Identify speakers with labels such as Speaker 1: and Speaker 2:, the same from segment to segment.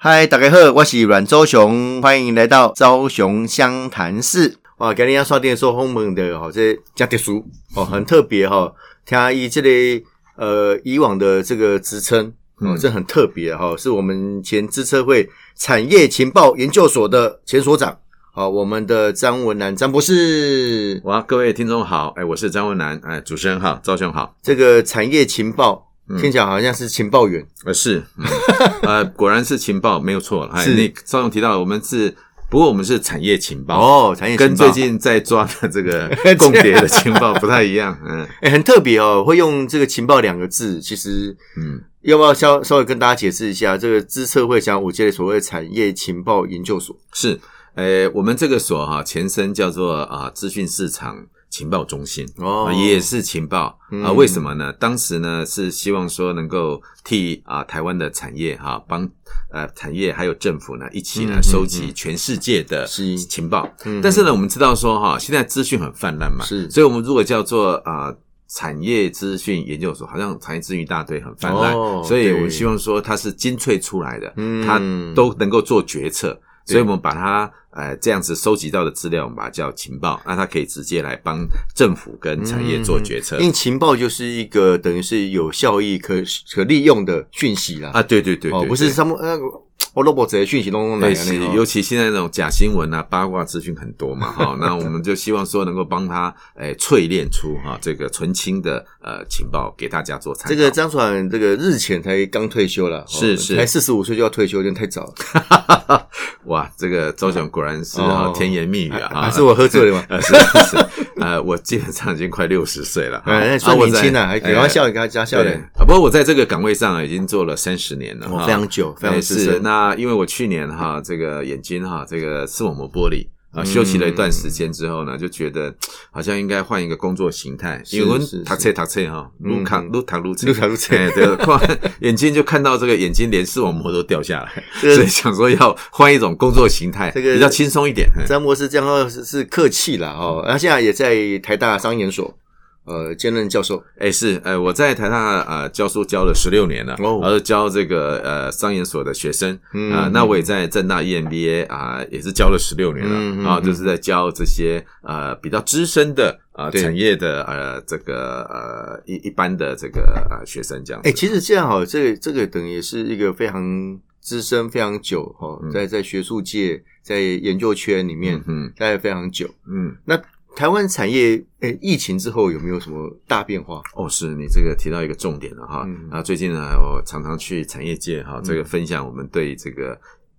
Speaker 1: 嗨，大家好，我是阮周雄，欢迎来到昭雄湘潭市。哇，今日要刷电说访问的吼，这加特殊哦，很特别哈、哦。听伊这类、个、呃以往的这个职称哦，
Speaker 2: 嗯
Speaker 1: 这很特别哈、是我们前资策会产业情报研究所的前所长。好、我们的张文南张博士，
Speaker 2: 哇，各位听众好，哎，我是张文南，哎，主持人好，赵兄好，
Speaker 1: 这个产业情报、
Speaker 2: 嗯
Speaker 1: 听起来好像是情报员，
Speaker 2: 呃是， 嗯呃，果然是情报没有错了，哎，
Speaker 1: 是
Speaker 2: 那赵兄提到我们是，不过我们是产业情报，
Speaker 1: 哦，产业情报
Speaker 2: 跟最近在抓的这 个共谍的情报不太一样，嗯
Speaker 1: 哎、很特别哦，会用这个“情报”两个字，其实
Speaker 2: 嗯，
Speaker 1: 要不要稍稍微跟大家解释一下，这个资策会想五届的所谓产业情报研究所？
Speaker 2: 是，呃，我们这个所哈、前身叫做啊、资讯市场情报中心，
Speaker 1: 哦
Speaker 2: 啊，也是情报
Speaker 1: 嗯
Speaker 2: 啊。为什么呢？当时呢是希望说能够替啊台湾的产业哈、帮呃产业还有政府呢一
Speaker 1: 嗯
Speaker 2: 起
Speaker 1: 嗯
Speaker 2: 呢
Speaker 1: 嗯
Speaker 2: 收集全世界的
Speaker 1: 是
Speaker 2: 情报。
Speaker 1: 嗯
Speaker 2: 但是呢，我们知道说哈、现在资讯很泛滥嘛，
Speaker 1: 是
Speaker 2: 所以我们如果叫做啊。产业资讯研究所好像产业资讯一大堆很泛滥，
Speaker 1: 哦
Speaker 2: 所以我们
Speaker 1: 对
Speaker 2: 希望说它是精粹出来的，
Speaker 1: 嗯
Speaker 2: 它都能够做决策，
Speaker 1: 对
Speaker 2: 所以我们把它呃这样子收集到的资料，我们把它叫情报，那它可以直接来帮政府跟产业做决策、
Speaker 1: 因为情报就是一个等于是有效益可可利用的讯息啦，
Speaker 2: 啊，对对对对
Speaker 1: 哦，不是
Speaker 2: 对
Speaker 1: 什么呃，我 robot 这些讯息都来
Speaker 2: 对，
Speaker 1: 了
Speaker 2: 是
Speaker 1: 那哦种
Speaker 2: 尤其现在那种假新闻啊、八卦资讯很多 嘛，哈、那我们就希望说能够帮他诶淬炼出哈、这个纯清的呃情报给大家做参考。
Speaker 1: 这个张爽这个日前才刚退休了，哦
Speaker 2: 是是
Speaker 1: 才四十五岁就要退休，有点太早了。
Speaker 2: 哇，这个周总果然是哈、
Speaker 1: 哦
Speaker 2: 甜言蜜语 啊，
Speaker 1: 还是我喝醉了吗？
Speaker 2: 呃，是是是，呃，我基本上已经快六十岁了，哈
Speaker 1: 哎，那算
Speaker 2: 啊我
Speaker 1: 年轻
Speaker 2: 在
Speaker 1: 了，还给
Speaker 2: 哎
Speaker 1: 他笑脸，给他加笑
Speaker 2: 对
Speaker 1: 脸，
Speaker 2: 啊，不过我在这个岗位上啊已经做了三十年了，
Speaker 1: 哦
Speaker 2: 哈
Speaker 1: 非常久，非常
Speaker 2: 哎
Speaker 1: 资
Speaker 2: 是。
Speaker 1: 深。
Speaker 2: 那因为我去年哈，这个眼睛哈，这个视网膜剥离。啊，
Speaker 1: 嗯
Speaker 2: 休息了一段时间之后呢，就觉得好像应该换一个工作形态，
Speaker 1: 是
Speaker 2: 因为我们
Speaker 1: 是
Speaker 2: 读册读册哈，
Speaker 1: 嗯
Speaker 2: 撸卡撸卡撸
Speaker 1: 撸卡撸册
Speaker 2: 哎，对，看眼睛就看到这个眼睛连视网膜都掉下来，
Speaker 1: 这个
Speaker 2: 所以想说要换一种工作形态，
Speaker 1: 这个
Speaker 2: 比较轻松一点。哎
Speaker 1: 詹姆斯这样是是客气啦哦，
Speaker 2: 嗯
Speaker 1: 他现在也在台大商研所，呃，兼任教授。
Speaker 2: 哎，是，呃，我在台大呃教书教了十六年了，
Speaker 1: 哦
Speaker 2: 然后教这个呃商研所的学生，
Speaker 1: 嗯
Speaker 2: 啊、那我也在正大 EMBA 啊、也是教了十六年了、
Speaker 1: 嗯嗯
Speaker 2: 啊，
Speaker 1: 嗯
Speaker 2: 就是在教这些呃比较资深的呃
Speaker 1: 对
Speaker 2: 产业的呃这个呃一一般的这个呃学生这样子。
Speaker 1: 哎、其实这样哦，这个这个等于也是一个非常资深、非常久哦，
Speaker 2: 嗯
Speaker 1: 在在学术界、在研究圈里面
Speaker 2: 嗯嗯
Speaker 1: 待了非常久。
Speaker 2: 嗯，
Speaker 1: 那台湾产业，哎、疫情之后有没有什么大变化？
Speaker 2: 哦，是你这个提到一个重点了哈。
Speaker 1: 嗯
Speaker 2: 啊，最近呢，我常常去产业界哈，这个分享我们对这个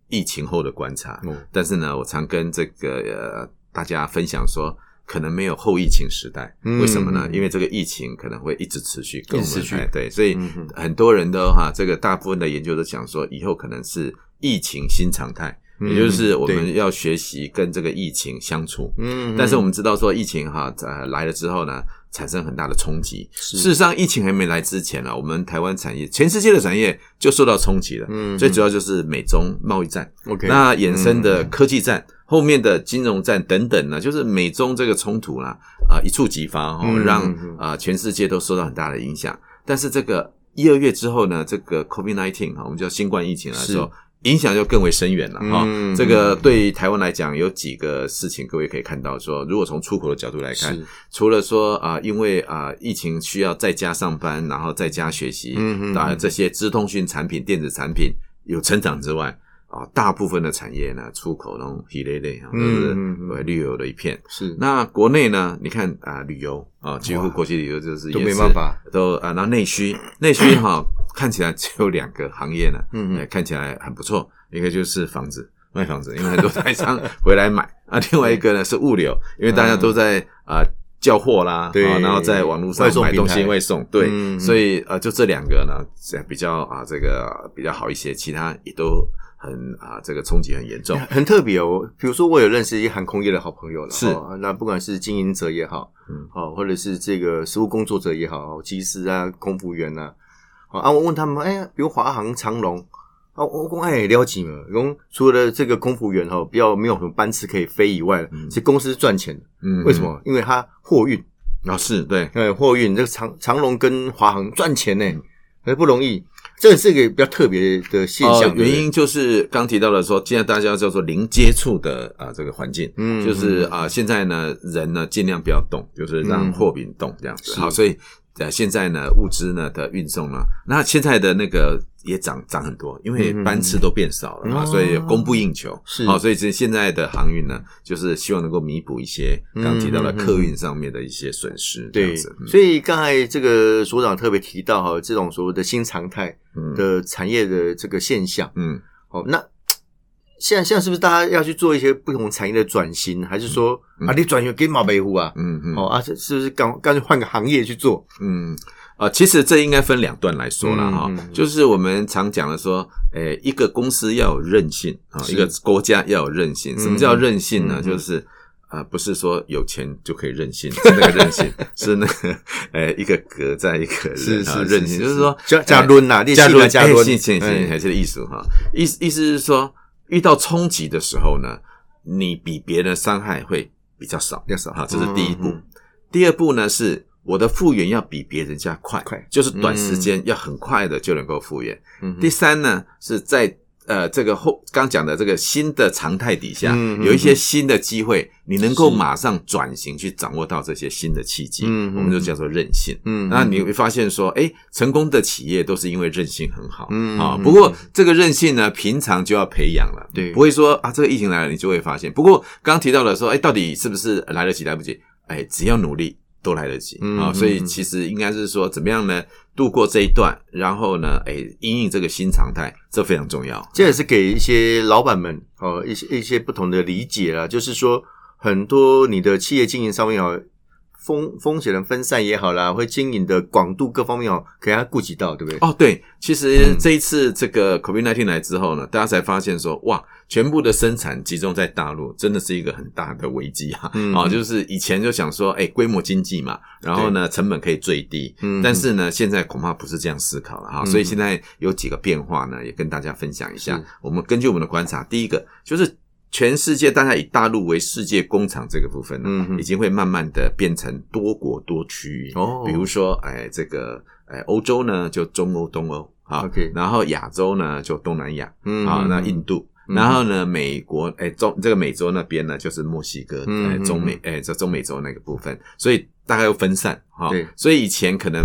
Speaker 2: 疫情后的观察。
Speaker 1: 哦，
Speaker 2: 但是呢，我常跟这个呃大家分享说，可能没有后疫情时代，
Speaker 1: 嗯
Speaker 2: 为什么呢？因为这个疫情可能会一直持续，跟我
Speaker 1: 一直持
Speaker 2: 们
Speaker 1: 续
Speaker 2: 哎对，所以
Speaker 1: 嗯哼
Speaker 2: 很多人都哈，这个大部分的研究都讲说，以后可能是疫情新常态，也就是我
Speaker 1: 嗯
Speaker 2: 们要学习跟这个疫情相处。
Speaker 1: 嗯
Speaker 2: 但是我们知道说，疫情哈呃来了之后呢，产生很大的冲击，
Speaker 1: 是
Speaker 2: 事实上，疫情还没来之前呢、啊我们台湾产业、全世界的产业就受到冲击了。
Speaker 1: 嗯
Speaker 2: 最主要就是美中贸易战，
Speaker 1: OK，
Speaker 2: 那衍生
Speaker 1: 嗯
Speaker 2: 的科技战、后面的金融战等等呢，就是美中这个冲突啦，啊、一触即发哦，
Speaker 1: 嗯
Speaker 2: 让
Speaker 1: 嗯嗯
Speaker 2: 啊、呃全世界都受到很大的影响。但是这个一二月之后呢，这个 COVID nineteen 哈，我们叫新冠疫情来啊说。影响就更为深远了哈、
Speaker 1: 嗯
Speaker 2: 这个对于台湾来讲，有几个事情各位可以看到说如果从出口的角度来看，
Speaker 1: 是
Speaker 2: 除了说啊、因为啊、疫情需要在家上班，然后在家学习，
Speaker 1: 嗯嗯
Speaker 2: 啊、
Speaker 1: 嗯
Speaker 2: 这些资通讯产品、电子产品有成长之外，啊、大部分的产业呢，出口那种皮类类啊，都
Speaker 1: 嗯
Speaker 2: 是
Speaker 1: 嗯嗯
Speaker 2: 呃绿油的一片。
Speaker 1: 是
Speaker 2: 那国内呢？你看啊、旅游啊、几
Speaker 1: 哇
Speaker 2: 乎国际旅游就是
Speaker 1: 都
Speaker 2: 也
Speaker 1: 没
Speaker 2: 是
Speaker 1: 办法，
Speaker 2: 都啊，那内需内需哈、看起来只有两个行业呢，
Speaker 1: 嗯嗯
Speaker 2: 呃看起来很不错，一个就是房子卖房子，因为很多 台商回来买啊，另外一个呢是物流，因为大家都在啊、叫货啦，
Speaker 1: 嗯对
Speaker 2: 啊然后在网络上
Speaker 1: 外送
Speaker 2: 买东
Speaker 1: 平
Speaker 2: 西
Speaker 1: 台
Speaker 2: 外送，对，
Speaker 1: 嗯嗯
Speaker 2: 所以呃就这两个呢这比较啊这个比较好一些，其他也都很啊这个冲击很严重，
Speaker 1: 很特别哦。比如说，我有认识一些航空业的好朋友了，
Speaker 2: 是
Speaker 1: 哦那不管是经营者也好，
Speaker 2: 嗯
Speaker 1: 哦，或者是这个实务工作者也好，机师啊、空服员呐、啊，啊，我问他们，哎，比如华航、长龙，啊，我公哎了解嘛，公除了这个空服员哦，比较没有什么班次可以飞以外，
Speaker 2: 嗯
Speaker 1: 是公司赚钱的，
Speaker 2: 嗯
Speaker 1: 为什？么？因为它货运，呃
Speaker 2: 啊、是对，嗯
Speaker 1: 哎，货运这个长长龙跟华航赚钱呢，哎不容易，这是一个比较特别的现象
Speaker 2: 呃。原因就是刚提到的说，现在大家叫做零接触的啊、这个环境，
Speaker 1: 嗯
Speaker 2: 就是啊、现在呢人呢尽量不要动，就是让
Speaker 1: 嗯
Speaker 2: 货品动这样子。
Speaker 1: 是
Speaker 2: 好，所以呃现在呢物资呢的运送呢，啊那现在的那个也涨涨很多，因为
Speaker 1: 嗯
Speaker 2: 班次都变少了嘛，
Speaker 1: 哦
Speaker 2: 所以供不应求。
Speaker 1: 是
Speaker 2: 好、所以这现在的航运呢，就是希望能够弥补一些刚提到的
Speaker 1: 嗯嗯嗯
Speaker 2: 客运上面的一些损失，这
Speaker 1: 对
Speaker 2: 样子。，嗯
Speaker 1: 所以刚才这个所长特别提到哈，这种所谓的新常态
Speaker 2: 嗯
Speaker 1: 的产业的这个现象，
Speaker 2: 嗯。
Speaker 1: 哦，那现在现在是不是大家要去做一些不同产业的转型，还是说
Speaker 2: 嗯
Speaker 1: 啊，你转型给马北虎啊？
Speaker 2: 嗯嗯
Speaker 1: 哦啊，这是不是干干脆换个行业去做？
Speaker 2: 嗯，呃，其实这应该分两段来说了哈、
Speaker 1: 嗯嗯嗯
Speaker 2: 就是我们常讲的说，诶、一个公司要有韧性啊，
Speaker 1: 是
Speaker 2: 一个国家要有韧性。
Speaker 1: 嗯
Speaker 2: 什么叫韧性呢？
Speaker 1: 嗯嗯
Speaker 2: 就是。啊、不是说有钱就可以任性， 是那个任性，是那个 呃一个格在一个人啊任性，就是说
Speaker 1: 加加啊
Speaker 2: 诶
Speaker 1: 轮呐，你
Speaker 2: 加
Speaker 1: 是不
Speaker 2: 入
Speaker 1: 是加轮，
Speaker 2: 性性
Speaker 1: 哎
Speaker 2: 性还是艺术哈，意思意思是说，遇到冲击的时候呢，你比别人伤害会比较少，
Speaker 1: 比较少
Speaker 2: 哈，这是第一步。
Speaker 1: 嗯嗯
Speaker 2: 第二步呢是我的复原要比别人家快，
Speaker 1: 快
Speaker 2: 就是短时间要很快的就能够复原。
Speaker 1: 嗯哼
Speaker 2: 第三呢是在呃这个后刚讲的这个新的常态底下，
Speaker 1: 嗯嗯
Speaker 2: 有一些新的机会，你能够
Speaker 1: 是
Speaker 2: 马上转型去掌握到这些新的契机，
Speaker 1: 嗯嗯
Speaker 2: 我们就叫做韧性。
Speaker 1: 嗯，
Speaker 2: 那你会发现说，哎，成功的企业都是因为韧性很好，
Speaker 1: 嗯
Speaker 2: 啊、
Speaker 1: 嗯
Speaker 2: 不过这个韧性呢，平常就要培养了，
Speaker 1: 对
Speaker 2: 不会说啊，这个疫情来了你就会发现。不过刚提到了说，哎，到底是不是来得及来不及？哎，只要努力都来得及啊、
Speaker 1: 嗯嗯
Speaker 2: 所以其实应该是说，怎么样呢，度过这一段，然后呢，哎，因应这个新常态，这非常重要。
Speaker 1: 这也是给一些老板们哦一些一些不同的理解啦，就是说很多你的企业经营上面哦。风风险的分散也好啦，会经营的广度各方面哦，给他顾及到，对不对？
Speaker 2: 哦，对，其实
Speaker 1: 嗯
Speaker 2: 这一次这个 COVID-19 来之后呢，大家才发现说，哇，全部的生产集中在大陆，真的是一个很大的危机啊！啊、
Speaker 1: 嗯
Speaker 2: 就是以前就想说，哎，规模经济嘛，然后呢，成本可以最低，
Speaker 1: 嗯
Speaker 2: 但是呢，现在恐怕不是这样思考了哈、
Speaker 1: 嗯
Speaker 2: 所以现在有几个变化呢，也跟大家分享一下
Speaker 1: 是。
Speaker 2: 我们根据我们的观察，第一个就是。全世界大家以大陆为世界工厂这个部分呢，
Speaker 1: 嗯哼
Speaker 2: 已经会慢慢的变成多国多区域
Speaker 1: 哦
Speaker 2: 比如说，哎，这个，哎，欧洲呢就中欧、东欧啊
Speaker 1: OK
Speaker 2: 然后亚洲呢就东南亚
Speaker 1: 嗯
Speaker 2: 啊、那
Speaker 1: 嗯
Speaker 2: 印度，
Speaker 1: 嗯
Speaker 2: 然后呢美国，哎，中这个美洲那边呢就是墨西哥，
Speaker 1: 嗯
Speaker 2: 哎，
Speaker 1: 嗯
Speaker 2: 中美，哎，这中美洲那个部分，所以大概又分散哈、
Speaker 1: 对
Speaker 2: 所以以前可能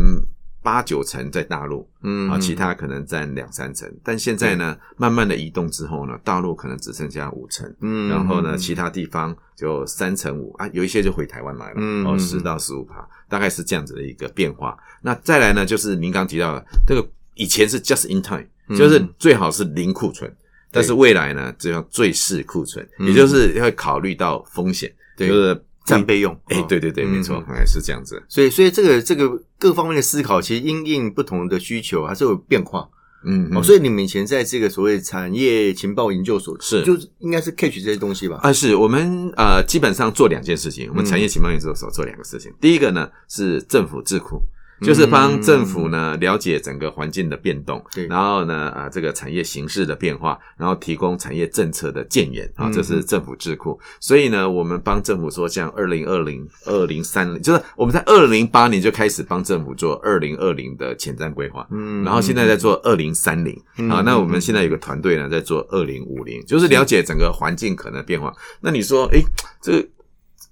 Speaker 2: 八九成在大陆，
Speaker 1: 嗯
Speaker 2: 啊，其他可能占两三成，但现在呢，慢慢的移动之后呢，大陆可能只剩下五成，
Speaker 1: 嗯
Speaker 2: 然后呢，其他地方就三成五啊，有一些就回台湾来了，
Speaker 1: 嗯
Speaker 2: 哦，
Speaker 1: 嗯
Speaker 2: 十到十五趴，大概是这样子的一个变化。那再来呢，就是您刚提到的这个，以前是 just in time，
Speaker 1: 嗯
Speaker 2: 就是最好是零库存，但是未来呢，就要最适库存，
Speaker 1: 嗯
Speaker 2: 也就是要考虑到风险，
Speaker 1: 对
Speaker 2: 就是
Speaker 1: 战。备用，
Speaker 2: 哎
Speaker 1: 哦，
Speaker 2: 对对对，没错
Speaker 1: 嗯，
Speaker 2: 哎，是这样子。
Speaker 1: 所以，所以这个这个各方面的思考，其实因应不同的需求还是有变化。
Speaker 2: 嗯，
Speaker 1: 哦，
Speaker 2: 嗯
Speaker 1: 所以你们以前在这个所谓产业情报研究所，
Speaker 2: 是
Speaker 1: 就是应该是 catch 这些东西吧？
Speaker 2: 啊，是我们呃，基本上做两件事情。我
Speaker 1: 嗯
Speaker 2: 们产业情报研究所做两个事情。第一个呢是政府智库，就是帮政府呢了解整个环境的变动，
Speaker 1: 嗯对
Speaker 2: 然后呢啊、这个产业形势的变化，然后提供产业政策的建言啊，
Speaker 1: 嗯
Speaker 2: 这是政府智库。所以呢，我们帮政府说，像二零二零、二零三零，就是我们在二零零八年就开始帮政府做二零二零的前瞻规划。
Speaker 1: 嗯
Speaker 2: 然后现在在做二零三零
Speaker 1: 嗯
Speaker 2: 啊，
Speaker 1: 嗯
Speaker 2: 那我们现在有个团队呢在做二零五零，就是了解整个环境可能变化。那你说，诶，这个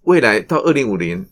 Speaker 2: 未来到二零五零，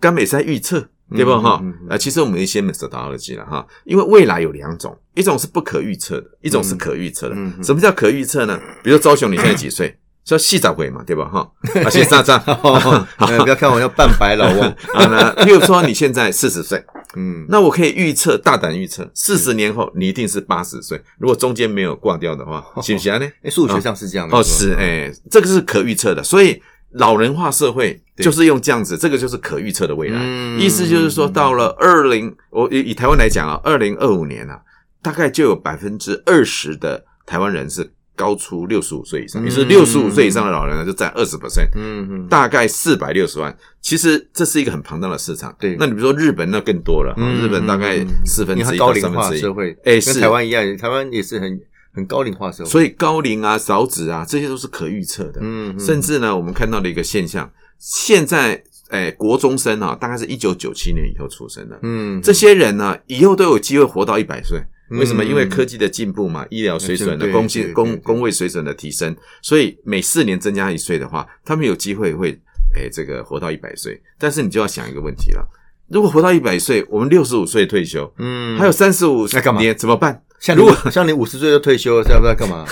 Speaker 2: 甘美在预测对吧？
Speaker 1: 嗯
Speaker 2: 哈、
Speaker 1: 嗯嗯
Speaker 2: 啊，其实我们有一些 methodology 了哈，因为未来有两种，一种是不可预测的，一种是可预测的。
Speaker 1: 嗯嗯嗯
Speaker 2: 什么叫可预测呢？比如说周雄，你现在几岁？ 说细找鬼嘛，对吧？哈，啊，细这 样
Speaker 1: 哦，呃不要看我要扮白老 翁，
Speaker 2: 啊，那譬如说你现在四十岁，
Speaker 1: 嗯，
Speaker 2: 那我可以预测，大胆预测，四十年后你一定是八十岁。如果中间没有挂掉的话，行不行啊呢？
Speaker 1: 哎，数学上是这样的
Speaker 2: 哦，是，哎，这个是可预测的，所以老人化社会
Speaker 1: 对
Speaker 2: 就是用这样子，这个就是可预测的未来。
Speaker 1: 嗯
Speaker 2: 意思就是说，到了二零，我以以台湾来讲啊，二零二五年啊，大概就有百分之二十的台湾人是高出六十五岁以
Speaker 1: 嗯
Speaker 2: 上，也是六十五岁以上的老人呢，就占二十 percent。
Speaker 1: 嗯嗯，
Speaker 2: 大概四百六十万，其实这是一个很庞大的市场。
Speaker 1: 对
Speaker 2: 那你比如说日本那更多了，
Speaker 1: 嗯
Speaker 2: 日本大概四分
Speaker 1: 因为
Speaker 2: 之
Speaker 1: 它
Speaker 2: 一
Speaker 1: 高
Speaker 2: 到
Speaker 1: 龄
Speaker 2: 三
Speaker 1: 化
Speaker 2: 分之
Speaker 1: 社
Speaker 2: 一。
Speaker 1: 会，
Speaker 2: 哎
Speaker 1: 跟
Speaker 2: 是
Speaker 1: 台湾一样，台湾也是很很高龄化社会，以，
Speaker 2: 所以高龄啊、少子啊，这些都是可预测的。
Speaker 1: 嗯，
Speaker 2: 甚
Speaker 1: 至
Speaker 2: 至呢，我们看到的一个现象，现在哎，国中生啊，大概是一九九七年以后出生的，
Speaker 1: 嗯，
Speaker 2: 这些人呢，以后都有机会活到一百岁。为什么？因为科技的进步嘛，医疗水准的
Speaker 1: 对
Speaker 2: 工
Speaker 1: 对
Speaker 2: 薪
Speaker 1: 对
Speaker 2: 工
Speaker 1: 对
Speaker 2: 工位水准的提升，所以每四年增加一岁的话，他们有机会会诶这个活到一百岁。但是你就要想一个问题了：如果活到一百岁，我们六十五岁退休，
Speaker 1: 嗯，
Speaker 2: 还有三十五
Speaker 1: 那干嘛
Speaker 2: 年怎么办？
Speaker 1: 像
Speaker 2: 如
Speaker 1: 如
Speaker 2: 果
Speaker 1: 果像你五十岁就退休了，要不要干 嘛？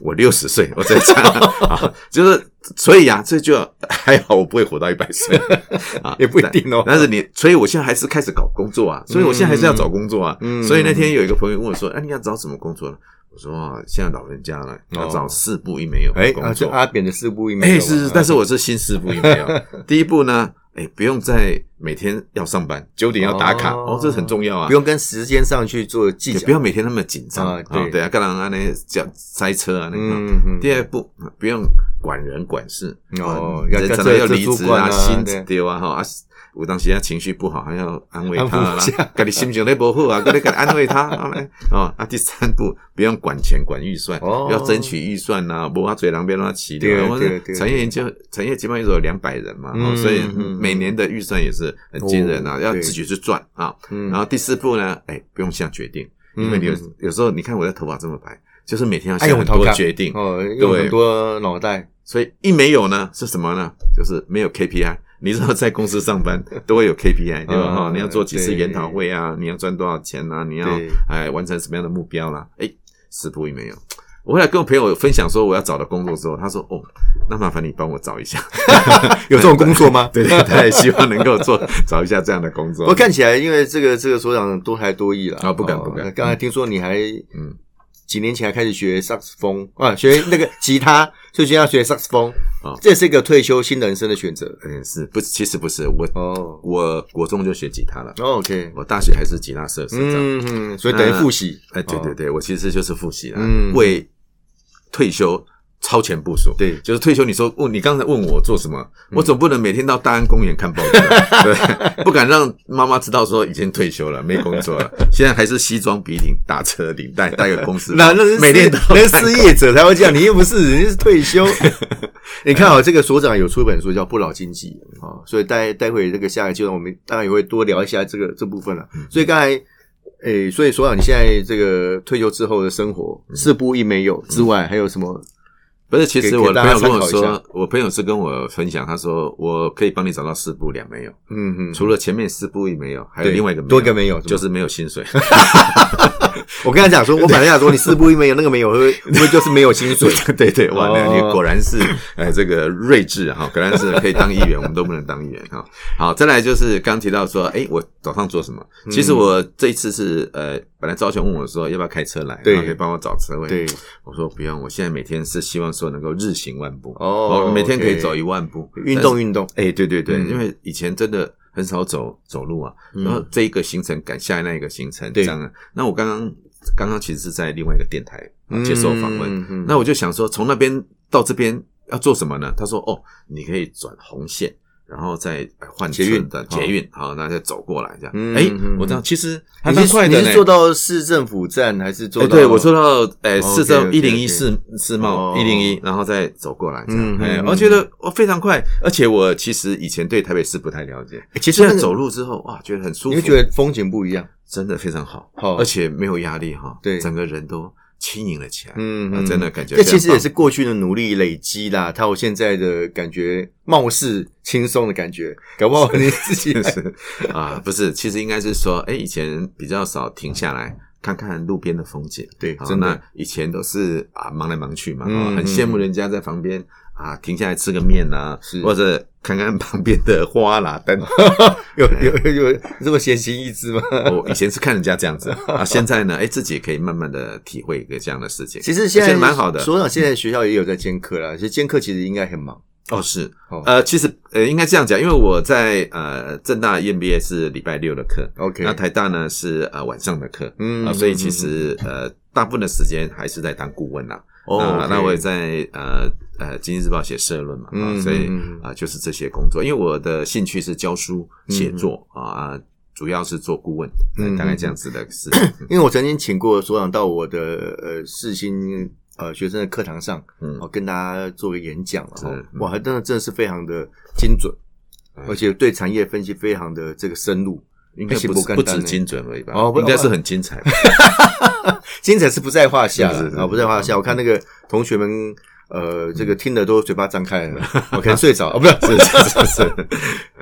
Speaker 2: 我六十岁，我在 讲啊，就是所以呀、啊这就要 还好，我不会活到一百 岁啊，
Speaker 1: 也不一定哦
Speaker 2: 但但是你，所以我现在还是开始搞工作啊，所以我现在还是要找工作啊。
Speaker 1: 嗯
Speaker 2: 所以那天有一个朋友问我说：“哎、你要找什么工作呢？”我说：“啊，现在老人家了，要找四步一没有
Speaker 1: 哦哎
Speaker 2: 的，工
Speaker 1: 啊，这
Speaker 2: 作。
Speaker 1: 阿扁的四部一没
Speaker 2: 哎，
Speaker 1: 有啊
Speaker 2: 是是，但是我是新四步一没 有。第一步呢，哎，不用再每天要上班，九点要打卡，哦
Speaker 1: 哦
Speaker 2: 这很重要啊。
Speaker 1: 不用跟时间上去做计
Speaker 2: 也
Speaker 1: 较
Speaker 2: 不。要每天那么紧张
Speaker 1: 啊对
Speaker 2: 对啊，干嘛那叫塞车啊那个。
Speaker 1: 嗯嗯
Speaker 2: 第二步，不用管人管事
Speaker 1: 哦要
Speaker 2: 人
Speaker 1: 跟
Speaker 2: 常常
Speaker 1: 这
Speaker 2: 要
Speaker 1: 这
Speaker 2: 离
Speaker 1: 主
Speaker 2: 职
Speaker 1: 管啊
Speaker 2: 心
Speaker 1: 对
Speaker 2: 丢啊哈啊。我当时他情绪不好，还要安慰他
Speaker 1: 安
Speaker 2: 啦啊
Speaker 1: 抚一下，
Speaker 2: 跟你心情在不 好啊，跟你安慰他。好嘞哦啊，第三步不用管钱管预算，
Speaker 1: 哦
Speaker 2: 要争取预算呐，不啊嘴两边乱起
Speaker 1: 对
Speaker 2: 流。我
Speaker 1: 对
Speaker 2: 们
Speaker 1: 对
Speaker 2: 产业研究产业基本上有两百人嘛，哦
Speaker 1: 嗯
Speaker 2: 所以
Speaker 1: 嗯
Speaker 2: 每年的预算也是很惊人啊，
Speaker 1: 哦
Speaker 2: 要
Speaker 1: 对
Speaker 2: 自己去赚啊。
Speaker 1: 嗯
Speaker 2: 然后第四步呢，哎，不用下决定，
Speaker 1: 嗯
Speaker 2: 因为你有、
Speaker 1: 嗯嗯
Speaker 2: 有时候你看我的头发这么白，就是每天要
Speaker 1: 哎
Speaker 2: 下
Speaker 1: 呦
Speaker 2: 很
Speaker 1: 头
Speaker 2: 多
Speaker 1: 发
Speaker 2: 决定，
Speaker 1: 哦，有
Speaker 2: 对
Speaker 1: 很多脑袋，
Speaker 2: 所以一没有呢是什么呢？就是没有 KPI。你知道在公司上班都会 有 KPI 对吧？
Speaker 1: 嗯
Speaker 2: 哈、你要做几次
Speaker 1: 对
Speaker 2: 研讨会啊，你要赚多少钱啊，你要
Speaker 1: 对
Speaker 2: 哎完成什么样的目标啦、哎，四步一没有。我后来跟我朋友分享说我要找的工作之后，他说哦，那麻烦你帮我找一下。
Speaker 1: 有这种工作吗？
Speaker 2: 对对，他也希望能够做找一下这样的工
Speaker 1: 不
Speaker 2: 作
Speaker 1: 过。看起来，因为这个这个所长多才多艺了
Speaker 2: 啊不敢
Speaker 1: 哦
Speaker 2: 不敢
Speaker 1: 刚才听说你还
Speaker 2: 嗯
Speaker 1: 嗯。几年前还开始学萨克斯风啊，学那个吉他，所以就要学萨克斯风
Speaker 2: 哦
Speaker 1: 这是一个退休新人生的选择
Speaker 2: 嗯，是不？其实不是，我
Speaker 1: 哦。
Speaker 2: 我国中就学吉他了。
Speaker 1: 哦 OK，
Speaker 2: 我大学还是吉他社社长。
Speaker 1: 嗯嗯，所以等于复习，
Speaker 2: 哎，对对
Speaker 1: 哦
Speaker 2: 对，我其实就是复习啦，
Speaker 1: 嗯
Speaker 2: 为退休超前部署。
Speaker 1: 对嗯
Speaker 2: 就是退休，你说问你刚才问我做什么，我总不能每天到大安公园看报纸吧， 对，不敢让妈妈知道说已经退休了，没工作了，现在还是西装笔挺，打车领带，带个公司包，
Speaker 1: 那那是
Speaker 2: 每天都
Speaker 1: 失那是失业者才会这样，你又不是人家是退 休。你看好、这个所长有出一本书叫《不老经济》啊、所以待待会这个下一个阶段，我们当然也会多聊一下这个这部分了。
Speaker 2: 嗯
Speaker 1: 所以刚才，诶、所以所长你现在这个退休之后的生活，
Speaker 2: 嗯
Speaker 1: 四不一没有之外，还有什么？
Speaker 2: 不是，其实
Speaker 1: 给
Speaker 2: 我
Speaker 1: 给
Speaker 2: 的
Speaker 1: 大
Speaker 2: 朋
Speaker 1: 家
Speaker 2: 友跟我
Speaker 1: 参考一下
Speaker 2: 说，我朋友是跟我分享，他说我可以帮你找到四步两没有，
Speaker 1: 嗯嗯，
Speaker 2: 除了前面四步一没有，还有
Speaker 1: 对
Speaker 2: 另外一个
Speaker 1: 多一个没有是吗
Speaker 2: 就是没有薪水。
Speaker 1: 我跟他讲说，我本来想说你四不一没有那个没有，会不会会不会就是没有薪水？
Speaker 2: 对对，完了，
Speaker 1: 哦
Speaker 2: 你果然是哎，这个睿智啊哈，果然是可以当议员，我们都不能当议员哈。好，再来就是刚提到说，哎，我早上做什么？
Speaker 1: 嗯
Speaker 2: 其实我这一次是呃，本来赵雄问我说要不要开车来，
Speaker 1: 对
Speaker 2: 然后可以帮我找车位。
Speaker 1: 对，
Speaker 2: 我说不用，我现在每天是希望说能够日行万步，
Speaker 1: 哦
Speaker 2: 我每天可以
Speaker 1: OK
Speaker 2: 走一万步，
Speaker 1: 运
Speaker 2: 但是
Speaker 1: 动运动，
Speaker 2: 哎，对对对，
Speaker 1: 嗯
Speaker 2: 因为以前真的很少走走路啊，然后这一个行程赶下来那一个行程，这
Speaker 1: 对
Speaker 2: 样啊。那我刚刚刚刚其实是在另外一个电台啊接受访问，
Speaker 1: 嗯嗯
Speaker 2: 那我就想说，从那边到这边要做什么呢？他说：“哦，你可以转红线，然后再呃换
Speaker 1: 捷运
Speaker 2: 乘的
Speaker 1: 哦
Speaker 2: 捷运，好，那再走过来这样。
Speaker 1: 嗯”
Speaker 2: 哎
Speaker 1: 嗯，
Speaker 2: 我这样其实还
Speaker 1: 你
Speaker 2: 蛮
Speaker 1: 是
Speaker 2: 快
Speaker 1: 你
Speaker 2: 的呢
Speaker 1: 是。做到市政府站还是做
Speaker 2: 哎，
Speaker 1: 到？
Speaker 2: 对我做到，哎，
Speaker 1: 哦
Speaker 2: 市政一零一
Speaker 1: OK，OK，OK
Speaker 2: 世世贸
Speaker 1: 哦
Speaker 2: 一零一，然后再走过来，这样，
Speaker 1: 嗯
Speaker 2: 哎，
Speaker 1: 嗯
Speaker 2: 我觉得我非常快，而且我其实以前对台北市不太了解，
Speaker 1: 哎其实
Speaker 2: 现
Speaker 1: 那
Speaker 2: 在
Speaker 1: 个
Speaker 2: 走路之后，哇，觉得很舒
Speaker 1: 你
Speaker 2: 服，
Speaker 1: 会觉得风景不一样。
Speaker 2: 真的非常好，
Speaker 1: 好
Speaker 2: 而且没有压力哈，
Speaker 1: 对
Speaker 2: 整个人都轻盈了起来，
Speaker 1: 嗯
Speaker 2: 啊
Speaker 1: 嗯
Speaker 2: 真的感觉
Speaker 1: 这
Speaker 2: 非常
Speaker 1: 其实也
Speaker 2: 棒
Speaker 1: 是过去的努力累积啦，他有现在的感觉，貌似轻松的感觉，搞不好你自 己
Speaker 2: 是啊，不是，其实应该是说，哎，以前比较少停下来看看路边的风景，
Speaker 1: 对
Speaker 2: 啊
Speaker 1: 真的
Speaker 2: 那以前都是啊忙来忙去嘛，
Speaker 1: 嗯
Speaker 2: 啊很羡慕人家在旁边啊停下来吃个面呐、
Speaker 1: 是
Speaker 2: 或者看看旁边的花啦等等。
Speaker 1: 有有有有这么闲情逸致吗？
Speaker 2: 我以前是看人家这样子啊，现在呢，哎，自己也可以慢慢的体会一个这样的事情。
Speaker 1: 其实现在
Speaker 2: 蛮好的
Speaker 1: 所长现在学校也有在兼课啦，其实兼课其实应该很忙。
Speaker 2: 哦，是
Speaker 1: 哦，
Speaker 2: 呃，其实呃，应该这样讲，因为我在呃正大 EMBA 是礼拜六的课
Speaker 1: OK
Speaker 2: 那台大呢是呃晚上的课，
Speaker 1: 嗯
Speaker 2: 啊，所以其实呃大部分的时间还是在当顾问啦。那
Speaker 1: 哦 OK
Speaker 2: 那我也在呃呃《经济日报》写社论嘛，啊，
Speaker 1: 嗯
Speaker 2: 所以
Speaker 1: 嗯嗯
Speaker 2: 啊就是这些工作，因为我的兴趣是教书、写作啊，主要是做顾问，呃
Speaker 1: 嗯
Speaker 2: 大概这样子的事情。
Speaker 1: 因为我曾经请过所长到我的呃世新呃学生的课堂上，
Speaker 2: 嗯
Speaker 1: 哦，跟大家做个演讲
Speaker 2: 是
Speaker 1: 哦，
Speaker 2: 嗯
Speaker 1: 哇，真的真的是非常的精准
Speaker 2: 哎，
Speaker 1: 而且对产业分析非常的这个深入。
Speaker 2: 应该
Speaker 1: 那是
Speaker 2: 不
Speaker 1: 不
Speaker 2: 止
Speaker 1: 简单
Speaker 2: 不
Speaker 1: 欸
Speaker 2: 止精准而已吧？
Speaker 1: 哦不
Speaker 2: 应该是很精彩吧。
Speaker 1: 精彩是不在话下
Speaker 2: 是是是嗯
Speaker 1: 了啊，不在话下。我看那个同学们，呃，这个听的都嘴巴张开 了，我可能睡着啊，不是，
Speaker 2: 是是是是，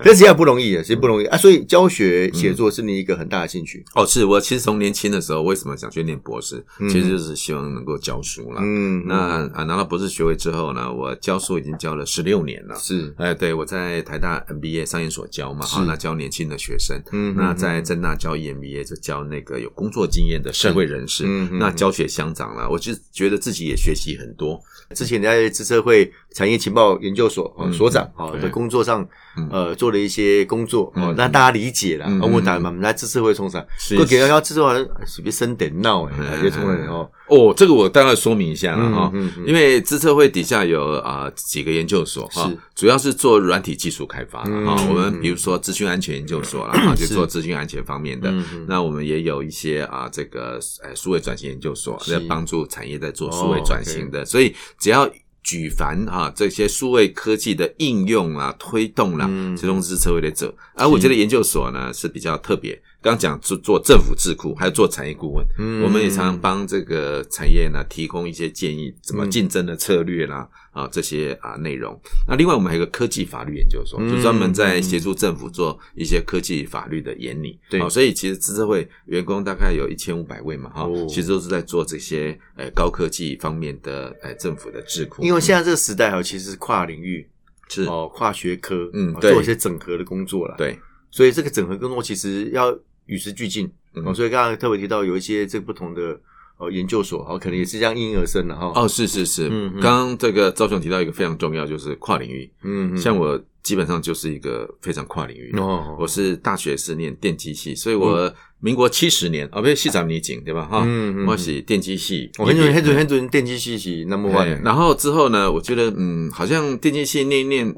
Speaker 1: 这实际上不容易，其实不容易啊。所以教学写作是你一个很大的兴趣，
Speaker 2: 哦，是我其实从年轻的时候，为什么想去念博士，
Speaker 1: 嗯
Speaker 2: 其实就是希望能够教书啦。
Speaker 1: 嗯，
Speaker 2: 那啊，拿到博士学位之后呢，我教书已经教了十六年了。
Speaker 1: 是，
Speaker 2: 哎，对，我在台大 MBA 商研所教嘛，
Speaker 1: 是
Speaker 2: 好，那教年轻的学生。
Speaker 1: 嗯
Speaker 2: 那在正大教 E EMBA 就教那个有工作经验的社会人士，
Speaker 1: 嗯嗯
Speaker 2: 那教学相长了，我就觉得自己也学习很多，
Speaker 1: 之前你在资策会产业情报研究所哦
Speaker 2: 嗯
Speaker 1: 所长
Speaker 2: 嗯
Speaker 1: 哦
Speaker 2: 对
Speaker 1: 的工作上
Speaker 2: 嗯，
Speaker 1: 呃，做了一些工作哦
Speaker 2: 嗯，
Speaker 1: 那大家理解了。
Speaker 2: 嗯
Speaker 1: 啊我打嘛，那资策会冲啥？
Speaker 2: 是
Speaker 1: 我给幺幺资策会哎随便生点闹
Speaker 2: 嗯
Speaker 1: 哎，也冲人哦，
Speaker 2: 哦，这个我当然说明一下了哈、
Speaker 1: 嗯嗯嗯
Speaker 2: 因为资策会底下有啊、几个研究所哈、
Speaker 1: 是
Speaker 2: 主要是做软体技术开发的
Speaker 1: 嗯
Speaker 2: 哈、
Speaker 1: 嗯
Speaker 2: 我
Speaker 1: 嗯
Speaker 2: 们比如说资讯安全研究所 啦，哈，就是做资讯安全方面的。
Speaker 1: 嗯嗯
Speaker 2: 那我们也有一些啊，这个呃数位转型研究所
Speaker 1: 是
Speaker 2: 在帮助产业在做
Speaker 1: 哦
Speaker 2: 数位转型的，所以只要。举凡哈、这些数位科技的应用啊、推动啦、
Speaker 1: 嗯
Speaker 2: 其中是策会的者。而、我觉得研究所呢是比较特别，刚刚讲做做政府智库，还有做产业顾问，
Speaker 1: 嗯
Speaker 2: 我们也常常帮这个产业呢提供一些建议，怎
Speaker 1: 嗯
Speaker 2: 么竞争的策略啦，啊这些啊内容。那另外我们还有一个科技法律研究所，
Speaker 1: 嗯
Speaker 2: 就专门在协助政府做一些科技法律的研拟。
Speaker 1: 对
Speaker 2: 啊所以其实资策会员工大概有一千五百位嘛，哈、
Speaker 1: 哦
Speaker 2: 其实都是在做这些呃高科技方面的呃政府的智库。
Speaker 1: 嗯因为现在这个时代哦，其实是跨领域
Speaker 2: 是、
Speaker 1: 哦，跨学科，
Speaker 2: 嗯
Speaker 1: 哦
Speaker 2: 对
Speaker 1: 做一些整合的工作啦。，
Speaker 2: 对
Speaker 1: 所以这个整合工作其实要与时俱进。
Speaker 2: 嗯
Speaker 1: 哦，所以刚刚特别提到有一些这不同的呃研究所，哦，可能也是这样应运而生的哈。
Speaker 2: 哦，是是是，
Speaker 1: 嗯嗯
Speaker 2: 刚刚这个赵雄提到一个非常重要，就是跨领域。
Speaker 1: 嗯，嗯
Speaker 2: 像我基本上就是一个非常跨领域的
Speaker 1: 哦，
Speaker 2: 我是大学是念电机系，所以我民国七十年啊，不是系长你景对吧？哈，
Speaker 1: 嗯嗯嗯嗯
Speaker 2: 啊
Speaker 1: 嗯
Speaker 2: 我是电机系，
Speaker 1: 我很久
Speaker 2: 也
Speaker 1: 很久很久电机系是那么
Speaker 2: 嘿
Speaker 1: 晚，
Speaker 2: 然后之后呢，我觉得嗯，好像电机系念一念，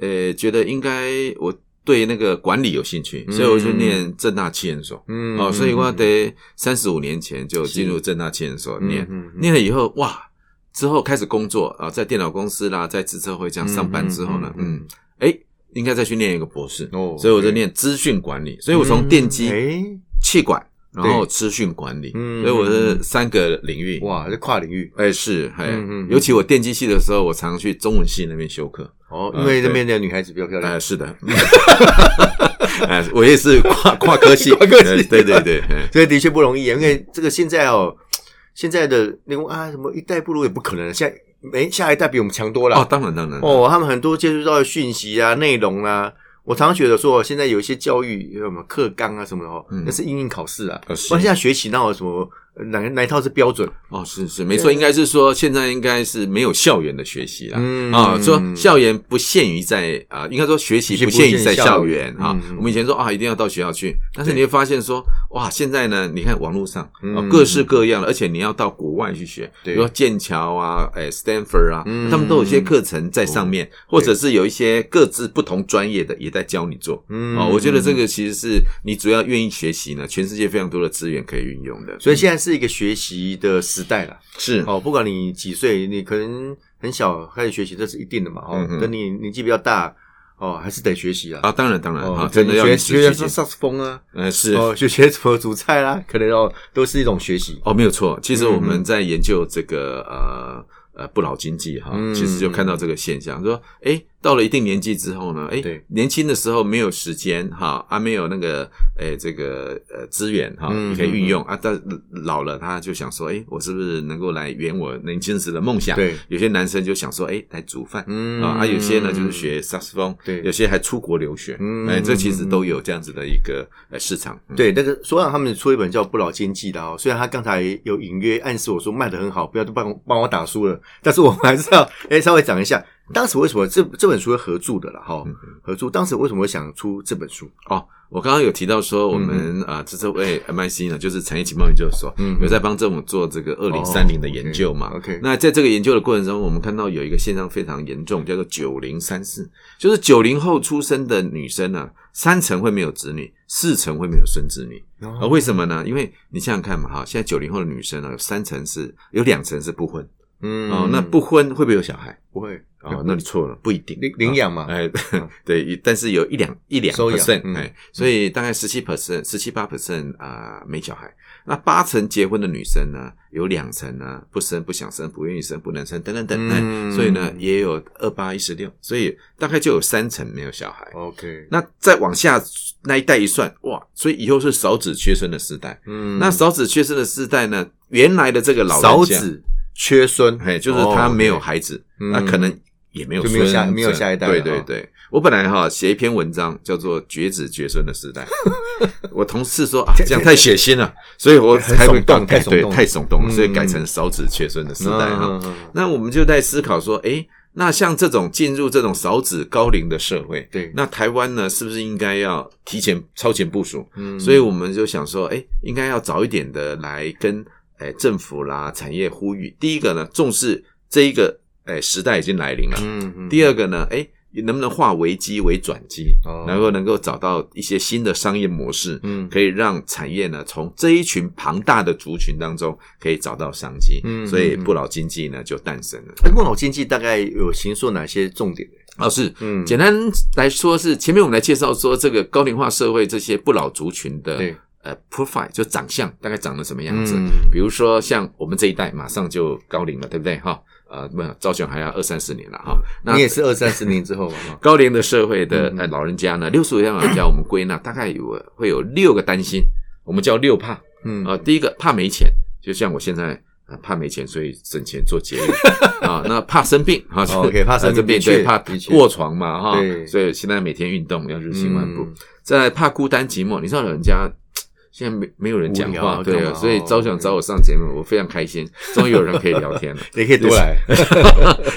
Speaker 2: 呃，觉得应该我对那个管理有兴趣，
Speaker 1: 嗯
Speaker 2: 所以我就念正大气研所。
Speaker 1: 嗯
Speaker 2: 哦，所以我
Speaker 1: 嗯
Speaker 2: 得三十五年前就进入正大气研所念，
Speaker 1: 嗯嗯
Speaker 2: 念了以后哇，之后开始工作啊，在电脑公司啦，在自测会这样上班之后呢，
Speaker 1: 嗯嗯嗯
Speaker 2: 嗯，哎，应该再去念一个博士
Speaker 1: 哦
Speaker 2: 所以我就
Speaker 1: OK
Speaker 2: 念资讯管理，所以我从电
Speaker 1: 哎、
Speaker 2: 机、气管，然后资讯管理，
Speaker 1: 嗯
Speaker 2: 所以我是三个领域。
Speaker 1: 哇，这跨领域
Speaker 2: 哎，是，哎
Speaker 1: 嗯嗯嗯嗯，
Speaker 2: 尤其我电机系的时候，我常去中文系那边修课。
Speaker 1: 哦，
Speaker 2: 呃
Speaker 1: 因为那边的女孩子比较漂亮
Speaker 2: 哎，，是的， 哎，我也是跨跨科系，
Speaker 1: 跨科系
Speaker 2: 哎 对对对，哎
Speaker 1: 所以的确不容易，因为这个现在哦，现在的那种啊，什么一代不如也不可能，现在没下一代比我们强多了
Speaker 2: 哦，当然当然，
Speaker 1: 哦，他们很多接触到的讯息啊、内容啊，我常常觉得说，现在有一些教育有什么课纲啊什么的哦，
Speaker 2: 嗯
Speaker 1: 那是应用考试啊。
Speaker 2: 呃是
Speaker 1: 不然现在学习哪有什么呃哪哪一套是标准？啊
Speaker 2: 哦，是是，没错，应该是说现在应该是没有校园的学习啦。
Speaker 1: 嗯
Speaker 2: 啊，说校园不限于在啊、应该说学习不限于在校园啊
Speaker 1: 嗯。
Speaker 2: 我们以前说啊，一定要到学校去，但是
Speaker 1: 对
Speaker 2: 你会发现说，哇，现在呢，你看网络上、啊
Speaker 1: 嗯
Speaker 2: 各式各样的，而且你要到国外去学，比
Speaker 1: 对
Speaker 2: 如说剑桥啊，哎，Stanford 啊，
Speaker 1: 嗯
Speaker 2: 他们都有一些课程在上面，或者是有一些各自不同专业的也在教你做。
Speaker 1: 嗯
Speaker 2: 哦，我觉得这个其实是你只要愿意学习呢，全世界非常多的资源可以运用的。
Speaker 1: 所以现在是一个学习的时代了。
Speaker 2: 是
Speaker 1: 哦，不管你几岁，你可能很小开始学习，这是一定的嘛。哦
Speaker 2: 嗯，哼
Speaker 1: 等你年纪比较大，哦，还是得学习啊。
Speaker 2: 啊，当然当然啊
Speaker 1: 哦，，
Speaker 2: 真的要
Speaker 1: 学
Speaker 2: 与时
Speaker 1: 学
Speaker 2: 俱进
Speaker 1: 学萨克斯风啊，
Speaker 2: 嗯，是
Speaker 1: 哦，学学怎么煮菜啦，可能哦，都是一种学习。
Speaker 2: 哦，没有错。其实
Speaker 1: 嗯
Speaker 2: 我们在研究这个呃呃不老经济哈
Speaker 1: 嗯，
Speaker 2: 其实就看到这个现象，说诶到了一定年纪之后呢，诶
Speaker 1: 对
Speaker 2: 年轻的时候没有时间哈，啊没有那个诶这个呃资源哈，
Speaker 1: 嗯
Speaker 2: 你可以运用啊，但老了他就想说，诶我是不是能够来圆我年轻时的梦想？
Speaker 1: 对，
Speaker 2: 有些男生就想说，诶来煮饭。
Speaker 1: 嗯
Speaker 2: 啊，啊，有些呢就是学萨克斯风，
Speaker 1: 对
Speaker 2: 有些还出国留学，
Speaker 1: 嗯
Speaker 2: 哎，这其实都有这样子的一个呃市场，嗯
Speaker 1: 对，那个所长他们出一本叫《不老经济》的哦，虽然他刚才有隐约暗示我说卖的很好，不要都帮我帮我打输了，但是我们还是 要哎稍微讲一下，当时为什么这这本书会合著的了哈、
Speaker 2: 嗯
Speaker 1: 合著当时为什么会想出这本书？
Speaker 2: 哦，我刚刚有提到说，
Speaker 1: 嗯
Speaker 2: 我们啊，这这位 MIC 呢，就是产业情报研究所，
Speaker 1: 嗯哦
Speaker 2: 有在帮政府做这个二零三零的研究嘛。
Speaker 1: OK，
Speaker 2: 那在这个研究的过程中，我们看到有一个现象非常严
Speaker 1: 嗯
Speaker 2: 重，叫做九零三四，就是九零后出生的女生呢、啊，三成会没有子女，四成会没有孙子女。
Speaker 1: 然
Speaker 2: 啊啊，为什么呢？因为你想想看嘛，哈，现在九零后的女生呢、有三成是有两成是不婚，
Speaker 1: 嗯
Speaker 2: 哦，那不婚会不会有小孩？
Speaker 1: 不会
Speaker 2: 哦，那你错了，不一定
Speaker 1: 领领养嘛
Speaker 2: 哎， 对，但是有一两一两
Speaker 1: 收养
Speaker 2: percent，
Speaker 1: 嗯
Speaker 2: 哎，所以大概十七 percent、十七八 percent 啊没小孩。那八成结婚的女生呢，有两成呢不生、不想生、不愿意生、不能生等等等等，
Speaker 1: 嗯
Speaker 2: 哎所以呢也有二八一十六，所以大概就有三成没有小孩。
Speaker 1: ，OK，
Speaker 2: 那再往下那一代一算，哇，所以以后是少子缺生的时代。
Speaker 1: 嗯
Speaker 2: 那少子缺生的时代呢，原来的这个老人
Speaker 1: 少
Speaker 2: 家
Speaker 1: 子缺孙，
Speaker 2: 哎，就是他没有
Speaker 1: 哦，OK
Speaker 2: 孩子，
Speaker 1: 嗯
Speaker 2: 那可能也没有
Speaker 1: 就没有
Speaker 2: 孙
Speaker 1: 下
Speaker 2: 子
Speaker 1: 没有下一代了
Speaker 2: 对
Speaker 1: 哦
Speaker 2: 对对，我本来哈写一篇文章叫做《绝子绝孙的时代》， 我同事说啊，这样太血腥了，所以我
Speaker 1: 很
Speaker 2: 才会
Speaker 1: 耸动
Speaker 2: 改
Speaker 1: 太耸
Speaker 2: 对
Speaker 1: 动
Speaker 2: 太耸动了，
Speaker 1: 嗯
Speaker 2: 所以改成少子缺孙的时代哈。
Speaker 1: 嗯嗯嗯
Speaker 2: 那我们就在思考说，诶，那像这种进入这种少子高龄的社会，
Speaker 1: 对，
Speaker 2: 那台湾呢，是不是应该要提前超前部署？
Speaker 1: 嗯
Speaker 2: 所以我们就想说，哎，应该要早一点的来跟哎政府啦、产业呼吁。第一个呢，重视这一个哎时代已经来临了。
Speaker 1: 嗯嗯，
Speaker 2: 第二个呢，哎，能不能化危机为转机，
Speaker 1: 哦
Speaker 2: 然后能够找到一些新的商业模式，
Speaker 1: 嗯
Speaker 2: 可以让产业呢从这一群庞大的族群当中可以找到商机，
Speaker 1: 嗯
Speaker 2: 所以
Speaker 1: 嗯嗯
Speaker 2: 不老经济呢就诞生了。
Speaker 1: 哎，木老经济大概有行塑哪些重点？
Speaker 2: 哦，是，
Speaker 1: 嗯
Speaker 2: 简单来说是前面我们来介绍说这个高龄化社会这些不老族群的
Speaker 1: 对
Speaker 2: 呃 profile 就长相大概长得什么样子。
Speaker 1: 嗯
Speaker 2: 比如说像我们这一代马上就高龄了，对不对哈？呃，没有，赵选还要二三十年了哈。
Speaker 1: 嗯
Speaker 2: 那哦
Speaker 1: 你也是二三十年之后嘛？ 哈
Speaker 2: 高龄的社会的
Speaker 1: 嗯嗯
Speaker 2: 呃老人家呢，六十五岁老人家，我们归纳大概有会有六个担心，我们叫六怕。
Speaker 1: 嗯
Speaker 2: 啊，第一个怕没钱，就像我现在。啊怕没钱，所以省钱做节 育啊。那怕生病啊
Speaker 1: 哦 OK，怕生病的确
Speaker 2: 对，怕
Speaker 1: 的确
Speaker 2: 卧床嘛哈
Speaker 1: 对。
Speaker 2: 所以现在每天运动要日行万步
Speaker 1: 嗯。
Speaker 2: 再来怕孤单寂寞，你知道老人家现在没没有人讲
Speaker 1: 无聊
Speaker 2: 话，
Speaker 1: 啊
Speaker 2: 对
Speaker 1: 干
Speaker 2: 啊，
Speaker 1: 嘛
Speaker 2: 所以
Speaker 1: 哦
Speaker 2: 招想找我上节目，我非常开心，终于有人可以聊 天了。
Speaker 1: 你可以多来，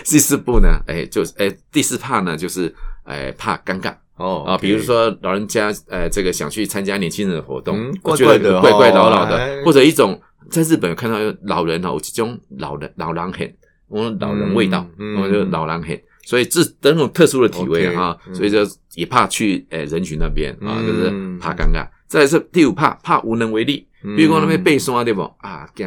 Speaker 2: 第四步呢，哎，就是哎，第四怕呢就是哎怕尴尬。
Speaker 1: 哦
Speaker 2: 啊，比如说老人家呃，这个想去参加年轻人的活动，
Speaker 1: 嗯
Speaker 2: 我
Speaker 1: 怪
Speaker 2: 觉得
Speaker 1: 怪的
Speaker 2: 怪怪
Speaker 1: 哦
Speaker 2: 老老
Speaker 1: 哎
Speaker 2: 的，或者一种在日本有看到有老人哦，这种老人老狼很，我们老人味道，
Speaker 1: 嗯嗯
Speaker 2: 我们就老狼很。所以这这种特殊的体味
Speaker 1: OK，
Speaker 2: 啊，
Speaker 1: 嗯
Speaker 2: 所以就也怕去呃人群那边啊，
Speaker 1: 嗯
Speaker 2: 就是怕尴尬。再来是第五怕怕无能为力，
Speaker 1: 嗯
Speaker 2: 比如讲那边背诵啊，对不？啊，惊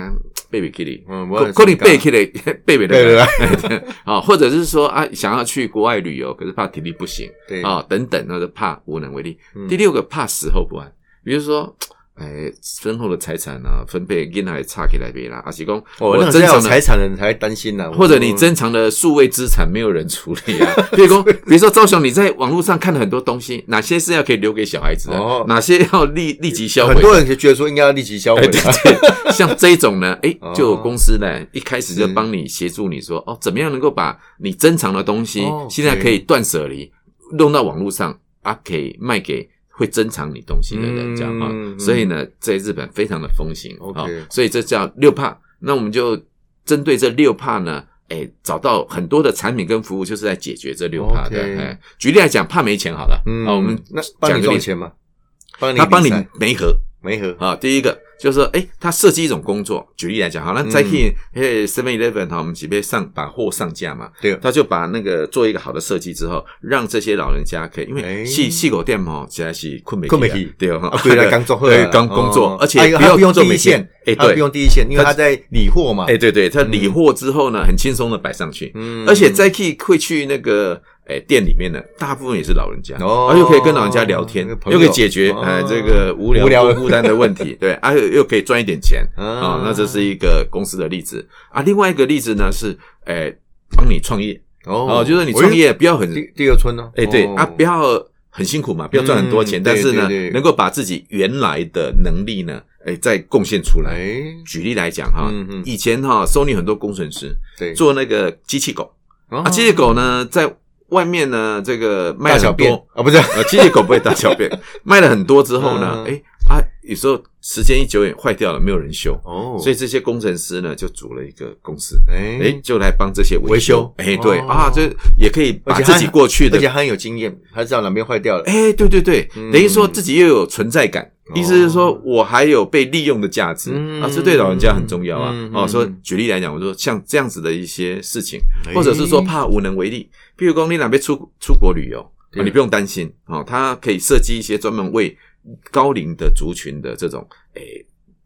Speaker 2: 背不起来
Speaker 1: 嗯我也
Speaker 2: 可
Speaker 1: 是这
Speaker 2: 可能 背
Speaker 1: 样
Speaker 2: 起来背不
Speaker 1: 背
Speaker 2: 来 啊，或者是说啊，想要去国外旅游，可是怕体力不行，
Speaker 1: 对
Speaker 2: 啊、等等，那就怕无能为力。
Speaker 1: 嗯
Speaker 2: 第六个怕死后不安，比如说，哎，身后的财产啊，分配跟哪里差起来别啦，阿喜公，
Speaker 1: 哦，那
Speaker 2: 珍
Speaker 1: 真有
Speaker 2: 藏
Speaker 1: 财
Speaker 2: 的。
Speaker 1: 产哦的人才会担心啊呐，
Speaker 2: 或者你珍藏的数位资产没有人处理 啊，比如说，比如说赵雄，你在网络上看了很多东西，哪些是要可以留给小孩子的，
Speaker 1: 哦
Speaker 2: 哪些要立立即销毁
Speaker 1: 很
Speaker 2: 的？
Speaker 1: 多人就觉得说应该要立即销毁
Speaker 2: 哎，对对，像这一种呢，哎、
Speaker 1: 哦
Speaker 2: 就有公司呢，一开始就是帮你协助你说，哦，怎么样能够把你珍藏的东西，
Speaker 1: 哦
Speaker 2: 现在可以断舍离，弄到网络上啊，可以卖给会珍藏你东西的人，
Speaker 1: 嗯
Speaker 2: 这样啊、
Speaker 1: 嗯
Speaker 2: 所以呢，在日本非常的风行啊、
Speaker 1: OK
Speaker 2: 所以这叫六怕。那我们就针对这六怕呢。哎，找到很多的产品跟服务，就是在解决这六怕的。
Speaker 1: OK
Speaker 2: 哎，举例来讲，怕没钱好了，
Speaker 1: 嗯，
Speaker 2: 啊，我们
Speaker 1: 那帮
Speaker 2: 讲
Speaker 1: 你
Speaker 2: 个例
Speaker 1: 赚
Speaker 2: 子，
Speaker 1: 钱嘛，帮你
Speaker 2: 他帮你
Speaker 1: 理财
Speaker 2: 媒合，
Speaker 1: 没合，
Speaker 2: 啊，第一个就是说，哎，他设计一种工作，举例来讲，好，
Speaker 1: 嗯
Speaker 2: 那再去诶 Seven Eleven 哈，我们几杯上把货上架嘛，
Speaker 1: 对，
Speaker 2: 他就把那个做一个好的设计之后，让这些老人家可以，因为
Speaker 1: 哎
Speaker 2: 细细狗店嘛，实在是困美
Speaker 1: 困不起
Speaker 2: 对哈
Speaker 1: 啊，对来刚做好
Speaker 2: 对
Speaker 1: 啦
Speaker 2: 刚工作
Speaker 1: 哦，
Speaker 2: 而且
Speaker 1: 哎他不用
Speaker 2: 做
Speaker 1: 第一
Speaker 2: 每天
Speaker 1: 线，啊
Speaker 2: 哎，
Speaker 1: 他不
Speaker 2: 对，
Speaker 1: 用第嗯一线，因为
Speaker 2: 他
Speaker 1: 他在理货嘛，
Speaker 2: 哎，对对，他理货之后呢，很轻松的摆上去，
Speaker 1: 嗯
Speaker 2: 而且 Zaki 会去那个诶店里面的，大部分也是老人家，
Speaker 1: 哦
Speaker 2: 啊，又可以跟老人家聊天
Speaker 1: 那个，朋友
Speaker 2: 又可以解决
Speaker 1: 哦
Speaker 2: 呃这个无
Speaker 1: 无聊
Speaker 2: 聊孤单的问题， 对，啊又又可以赚一点钱
Speaker 1: 啊
Speaker 2: 啊，那这是一个公司的例子啊。另外一个例子呢是诶帮你创业哦，就是你创业不要很
Speaker 1: 我觉得第第二春呢，
Speaker 2: 诶对
Speaker 1: 哦
Speaker 2: 啊，不要很辛苦嘛，不要赚很多钱，
Speaker 1: 嗯
Speaker 2: 但
Speaker 1: 对
Speaker 2: 是呢
Speaker 1: 对对
Speaker 2: 能够把自己原来的能力呢诶再贡献出来。
Speaker 1: 哎，
Speaker 2: 举例来讲哈
Speaker 1: 嗯嗯，
Speaker 2: 以前哈 Sony 很多工程师
Speaker 1: 对，
Speaker 2: 做那个机器狗。啊，
Speaker 1: 啊
Speaker 2: 机械狗呢，在外面呢，这个卖
Speaker 1: 大
Speaker 2: 了
Speaker 1: 小
Speaker 2: 很
Speaker 1: 便
Speaker 2: 多，
Speaker 1: 啊，不是，
Speaker 2: 呃，机械狗不会大小 便，卖了很多之后
Speaker 1: 嗯
Speaker 2: 呢，哎、啊，有时候时间一久远坏掉了，没有人修，
Speaker 1: 哦
Speaker 2: 所以这些工程师呢，就组了一个公司，
Speaker 1: 哎
Speaker 2: 哎、就来帮这些维
Speaker 1: 维修
Speaker 2: 哎、对、
Speaker 1: 哦
Speaker 2: 啊，这也可以
Speaker 1: 而
Speaker 2: 把
Speaker 1: 且
Speaker 2: 自己
Speaker 1: 他
Speaker 2: 过去的
Speaker 1: 而且，他很有经验，他知道哪边坏掉了，
Speaker 2: 哎、对对对，
Speaker 1: 嗯
Speaker 2: 等于说自己又有存在感。
Speaker 1: 哦
Speaker 2: 意思是说，我还有被利用的价值、
Speaker 1: 嗯
Speaker 2: 啊，这对老人家很重要啊。
Speaker 1: 嗯
Speaker 2: 哦，
Speaker 1: 嗯
Speaker 2: 说
Speaker 1: 嗯
Speaker 2: 举例来讲，我说像这样子的一些事情，哎或者
Speaker 1: 哎
Speaker 2: 是说怕无能为力。譬如说，你哪边出出国旅游，
Speaker 1: 对
Speaker 2: 啊你不用担心哦，他可以设计一些专门为高龄的族群的这种诶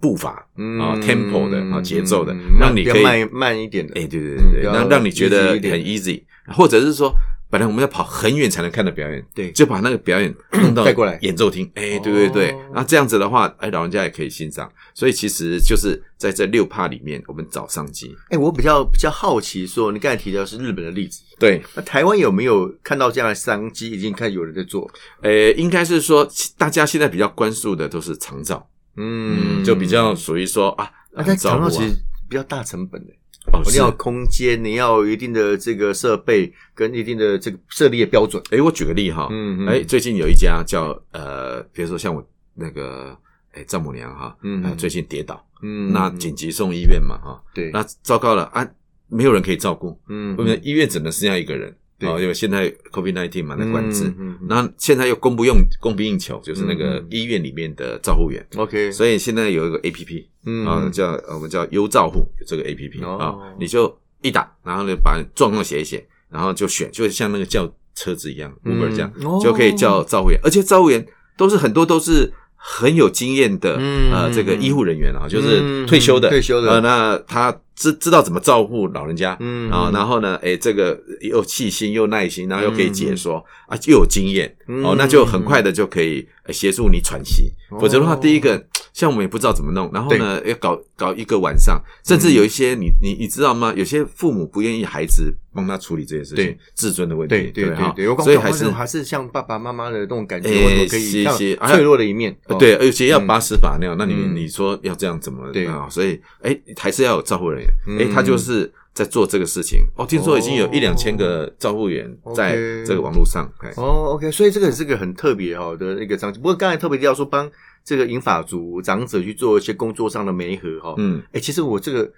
Speaker 2: 步伐
Speaker 1: 嗯
Speaker 2: 啊、tempo 的啊、节奏的
Speaker 1: 嗯嗯，
Speaker 2: 让你可以
Speaker 1: 慢慢一点的
Speaker 2: 哎，对，对
Speaker 1: 嗯
Speaker 2: 对对，
Speaker 1: 要
Speaker 2: 让让你觉
Speaker 1: easy
Speaker 2: 得
Speaker 1: 一
Speaker 2: 很
Speaker 1: 点
Speaker 2: easy，或者是说，本来我们要跑很远才能看到表演，
Speaker 1: 对
Speaker 2: 就把那个 表演弄到
Speaker 1: 带过来
Speaker 2: 演奏厅，哎，对对对
Speaker 1: 哦，
Speaker 2: 那这样子的话，哎，老人家也可以欣赏，所以其实就是在这六趴里面，我们找商机，
Speaker 1: 哎、我比较比较好奇说你刚才提到是日本的例子，
Speaker 2: 对，
Speaker 1: 那台湾有没有看到这样的商机？已经看有人在做，
Speaker 2: 呃，应该是说大家现在比较关注的都是长照，嗯，就比较属于说啊，
Speaker 1: 啊，但
Speaker 2: 照
Speaker 1: 长
Speaker 2: 顾
Speaker 1: 照
Speaker 2: 啊
Speaker 1: 其实比较大成本的、
Speaker 2: 哦
Speaker 1: 你
Speaker 2: 是
Speaker 1: 要有空间，你要有一定的这个设备跟一定的这个设立的标准。
Speaker 2: 哎，我举个例哈，
Speaker 1: 嗯嗯
Speaker 2: 哎，最近有一家叫呃，比如说像我那个哎丈母娘哈，
Speaker 1: 嗯
Speaker 2: 嗯，最近跌倒，
Speaker 1: 嗯
Speaker 2: 那紧急送医院嘛哈，
Speaker 1: 对，
Speaker 2: 那糟糕了啊，没有人可以照顾，
Speaker 1: 嗯
Speaker 2: 因为医院只能剩下一个人，
Speaker 1: 对
Speaker 2: 哦，因为现在 COVID nineteen 嘛，那管制，
Speaker 1: 嗯嗯嗯
Speaker 2: 那现在又供不用供不应求，就是那个
Speaker 1: 嗯嗯哦
Speaker 2: 医院里面的照护员，
Speaker 1: 嗯 OK，
Speaker 2: 所以现在有一个 A P P
Speaker 1: 嗯
Speaker 2: 啊，叫呃我们叫优照护有这个 A P P
Speaker 1: 哦
Speaker 2: 啊，你就一打，然后呢把状况写一写，然后就选，就像那个叫车子一样
Speaker 1: 嗯
Speaker 2: ，Uber 这样
Speaker 1: 哦
Speaker 2: 就可以叫照护员，而且照护员都是很多都是。很有经验的
Speaker 1: 嗯
Speaker 2: 呃，这个
Speaker 1: 嗯
Speaker 2: 医护人员啊，就是
Speaker 1: 嗯
Speaker 2: 退休的，
Speaker 1: 退休的
Speaker 2: 呃，那他知知道怎么照顾老人家，
Speaker 1: 嗯
Speaker 2: 啊，
Speaker 1: 嗯
Speaker 2: 然后呢，哎，这个又细心又耐心，然后又可以解
Speaker 1: 嗯
Speaker 2: 说啊，又有经验，哦
Speaker 1: 嗯，
Speaker 2: 那就很快的就可以呃协助你喘息。否则的话，
Speaker 1: 哦
Speaker 2: 第一个像我们也不知道怎么弄，然后呢要搞搞一个晚上，甚至有一些你你你知道吗？有些父母不愿意孩子帮他处理这些事情
Speaker 1: 对，
Speaker 2: 自尊的问
Speaker 1: 对
Speaker 2: 题，
Speaker 1: 对
Speaker 2: 哈
Speaker 1: 对对，我刚
Speaker 2: 所以
Speaker 1: 刚
Speaker 2: 还
Speaker 1: 讲
Speaker 2: 是
Speaker 1: 话还是像爸爸妈妈的那种感觉，
Speaker 2: 哎
Speaker 1: 我我可以
Speaker 2: 是
Speaker 1: 像
Speaker 2: 是
Speaker 1: 脆弱的一面。哦
Speaker 2: 对，，而且要把屎把尿，那你
Speaker 1: 嗯
Speaker 2: 你说要这样怎么
Speaker 1: 对
Speaker 2: 啊？所以哎，还是要有照护人员，哎，
Speaker 1: 嗯
Speaker 2: 他就是在做这个事情。哦，听说已经有
Speaker 1: 哦
Speaker 2: 一两千个照护员
Speaker 1: OK
Speaker 2: 在这个网络上，哎，
Speaker 1: 哦，OK，所以这个是个很特别哈的一个场景。不过刚才特别提到说帮这个银发族长者去做一些工作上的媒合哈。
Speaker 2: 嗯，
Speaker 1: 哎，其实我这个，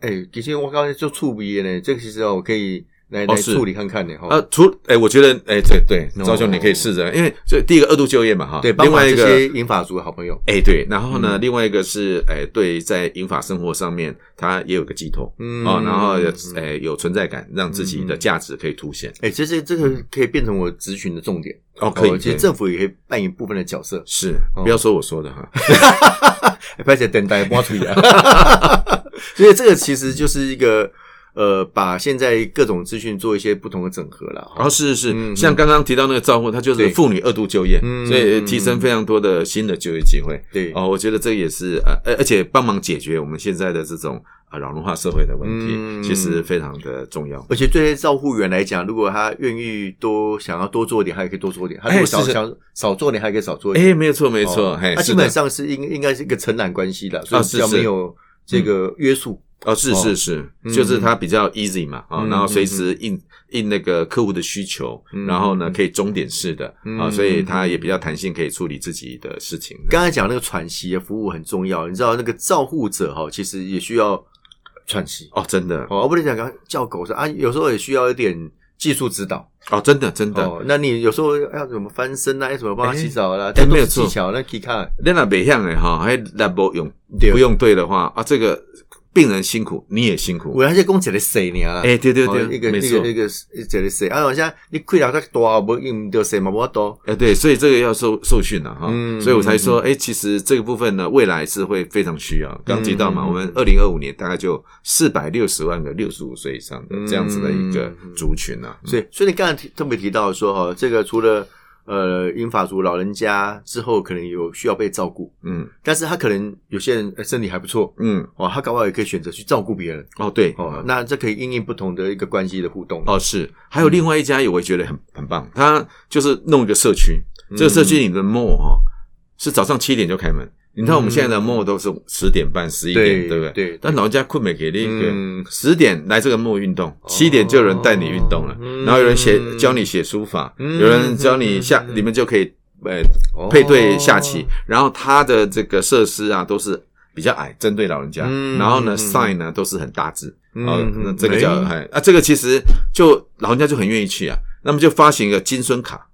Speaker 1: 哎，其实我刚才就触鼻炎呢，这个其实哦我可以来来
Speaker 2: 哦是
Speaker 1: 处理看看的哈
Speaker 2: 呃。，除哎、我觉得哎、对对，
Speaker 1: 哦
Speaker 2: 赵兄你可以试着，因为这第一个二度就业嘛哈，
Speaker 1: 对，帮
Speaker 2: 另
Speaker 1: 忙
Speaker 2: 外一
Speaker 1: 这
Speaker 2: 个
Speaker 1: 些银发族的好朋友。
Speaker 2: 哎、对，然后呢，
Speaker 1: 嗯
Speaker 2: 另外一个是哎、对，在英法生活上面，他也有个寄托。
Speaker 1: 嗯
Speaker 2: 哦，然后有
Speaker 1: 嗯
Speaker 2: 哎、有存在感，让自己的价值可以凸显。
Speaker 1: 哎，其实这个可以变成我咨询的重点。
Speaker 2: 哦，可以，
Speaker 1: 其实哦
Speaker 2: 可以
Speaker 1: 政府也可以扮演部分的角色。
Speaker 2: 是不要说我说的哈。
Speaker 1: 哎拍起等待挖出来。
Speaker 2: 啊
Speaker 1: 所以这个其实就是一个呃，把现在各种资讯做一些不同的整合了。
Speaker 2: 然后哦是是
Speaker 1: 嗯
Speaker 2: 是，像刚刚提到那个照顾，它就是
Speaker 1: 对
Speaker 2: 妇女二度就业
Speaker 1: 嗯，
Speaker 2: 所以提升非常多的新的就业机会。
Speaker 1: 对，
Speaker 2: 哦，我觉得这也是呃，而而且帮忙解决我们现在的这种啊老龄化社会的问
Speaker 1: 嗯
Speaker 2: 题，其实非常的重要。
Speaker 1: 而且对这些照护员来讲，如果他愿意多想要多做一点，还可以多做一点；他如
Speaker 2: 哎
Speaker 1: 果少
Speaker 2: 是是
Speaker 1: 想少做一点，还可以少做一点。
Speaker 2: 哎，没有错，没
Speaker 1: 没
Speaker 2: 错，嘿，
Speaker 1: 他哦啊基
Speaker 2: 是的
Speaker 1: 本，上是应应该是一个承揽关系的，所以
Speaker 2: 啊
Speaker 1: 比
Speaker 2: 是
Speaker 1: 较
Speaker 2: 是
Speaker 1: 没有这个约束。
Speaker 2: 哦，是
Speaker 1: 哦
Speaker 2: 是是
Speaker 1: 嗯，
Speaker 2: 就是它比较 easy 嘛，啊，
Speaker 1: 嗯
Speaker 2: 然后随时应应那个客户的需求
Speaker 1: 嗯，
Speaker 2: 然后呢可以终点式的啊，
Speaker 1: 嗯
Speaker 2: 所以它也比较弹性，可以处理自己的事情。
Speaker 1: 刚才讲那个喘息的服务很重要，你知道那个照护者哈，其实也需要喘息
Speaker 2: 哦，真的，
Speaker 1: 哦，而不能讲刚叫狗是啊，有时候也需要一点技术指导。
Speaker 2: 哦，真的，真的，
Speaker 1: 哦，那你有时候要怎么翻身啊，要怎么帮他洗澡啦、这
Speaker 2: 哎
Speaker 1: 都
Speaker 2: 没有
Speaker 1: 是技
Speaker 2: 错
Speaker 1: 巧，那可以看。
Speaker 2: 那那北向的哈，还那不用
Speaker 1: 对
Speaker 2: 不用对的话啊，这个病人辛苦，你也辛苦
Speaker 1: 我。那些讲一个谁呢？
Speaker 2: 哎，对对
Speaker 1: 哦一
Speaker 2: 对，
Speaker 1: 个
Speaker 2: 没
Speaker 1: 一
Speaker 2: 错
Speaker 1: 个。一个一个谁？啊，好像你亏了他多，不用得谁嘛，我多。
Speaker 2: 哎，对，所以这个要受受训了哈，
Speaker 1: 嗯
Speaker 2: 所以我才说，哎，其实这个部分呢，未来是会非常需要。刚提到嘛，
Speaker 1: 嗯
Speaker 2: 我们二零二五年大概就四百六十万个六十五岁以上的这样子的一
Speaker 1: 嗯
Speaker 2: 个族群啊，
Speaker 1: 所以，所以你刚才提特别提到说哦哈，这个除了呃英法族老人家之后，可能有需要被照顾，
Speaker 2: 嗯
Speaker 1: 但是他可能有些人呃身体还不错
Speaker 2: 嗯，
Speaker 1: 哦，他搞不好也可以选择去照顾别人
Speaker 2: 哦对，
Speaker 1: 哦
Speaker 2: 哦。
Speaker 1: 那这可以因应不同的一个关系的互动
Speaker 2: 哦是，还有
Speaker 1: 嗯
Speaker 2: 另外一家也我觉得很很棒，他就是弄一个社区，
Speaker 1: 嗯
Speaker 2: 这个社区里的 mall 哈是早上七点就开门。你看我们现在的 mall 都是十点半、十一点，
Speaker 1: 嗯对
Speaker 2: 对不对？
Speaker 1: 对
Speaker 2: 但老人家困美给力一个
Speaker 1: 嗯哦
Speaker 2: 十点来这个木运动，七点就有人带你运动了，
Speaker 1: 嗯
Speaker 2: 然后有人写教你写书法，
Speaker 1: 嗯
Speaker 2: 有人教你下，
Speaker 1: 嗯
Speaker 2: 你们就可以呃
Speaker 1: 哦
Speaker 2: 配对下棋，然后它的这个设施啊都是。比较矮，针对老人家。
Speaker 1: 嗯
Speaker 2: 然后呢
Speaker 1: 嗯
Speaker 2: ，sign 呢都是很大字，
Speaker 1: 嗯
Speaker 2: 哦
Speaker 1: 嗯，
Speaker 2: 那这个叫哎啊，这个其实就老人家就很愿意去啊。那么就发行一个金孙卡，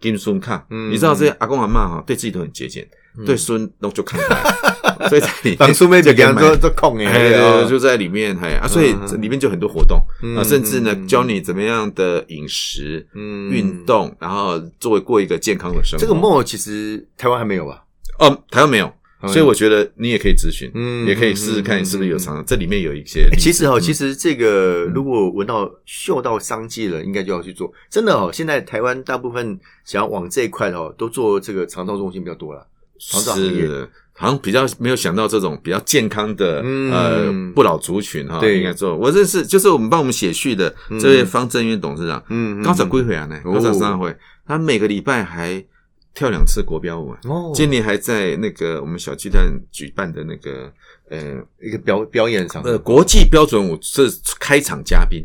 Speaker 2: 金孙卡，
Speaker 1: 嗯
Speaker 2: 你知道这些阿公阿嬷哈，对自己都很节俭，对孙都就看 开，所以在里面
Speaker 1: 当初妹就
Speaker 2: 就
Speaker 1: 给
Speaker 2: 可以
Speaker 1: 他
Speaker 2: 买
Speaker 1: 做做空哎，
Speaker 2: 哎，对
Speaker 1: 哦
Speaker 2: 对就在里面，哎啊，所以
Speaker 1: 嗯
Speaker 2: 这里面就很多活动
Speaker 1: 嗯
Speaker 2: 啊，甚至呢
Speaker 1: 嗯，
Speaker 2: 教你怎么样的饮食、
Speaker 1: 嗯
Speaker 2: 运哦动，然后作为过一个健康的生活。
Speaker 1: 这个梦其实台湾还没有吧？
Speaker 2: 哦，台湾没有，所以我觉得你也可以咨询，
Speaker 1: 哎嗯
Speaker 2: 也可以试试看
Speaker 1: 嗯
Speaker 2: 你是不是有常常这里面有一些例子。
Speaker 1: 其实哦，
Speaker 2: 嗯
Speaker 1: 其实这个如果闻到嗅到商机了，应该就要去做。真的哦，现在台湾大部分想要往这一块哦，都做这个肠道中心比较多了。常常也
Speaker 2: 是好像比较没有想到这种比较健康的、
Speaker 1: 嗯
Speaker 2: 呃不老族群哈，
Speaker 1: 对
Speaker 2: 应该做。我认识就是我们帮我们写序的这位方正渊董事长，
Speaker 1: 嗯
Speaker 2: 刚才归回来呢，
Speaker 1: 哦
Speaker 2: 刚才上回，他每个礼拜还跳两次国标舞啊。
Speaker 1: 哦，
Speaker 2: 今年还在那个我们小巨蛋举办的那个呃
Speaker 1: 一个表表演场
Speaker 2: 呃国际标准舞是开场嘉宾，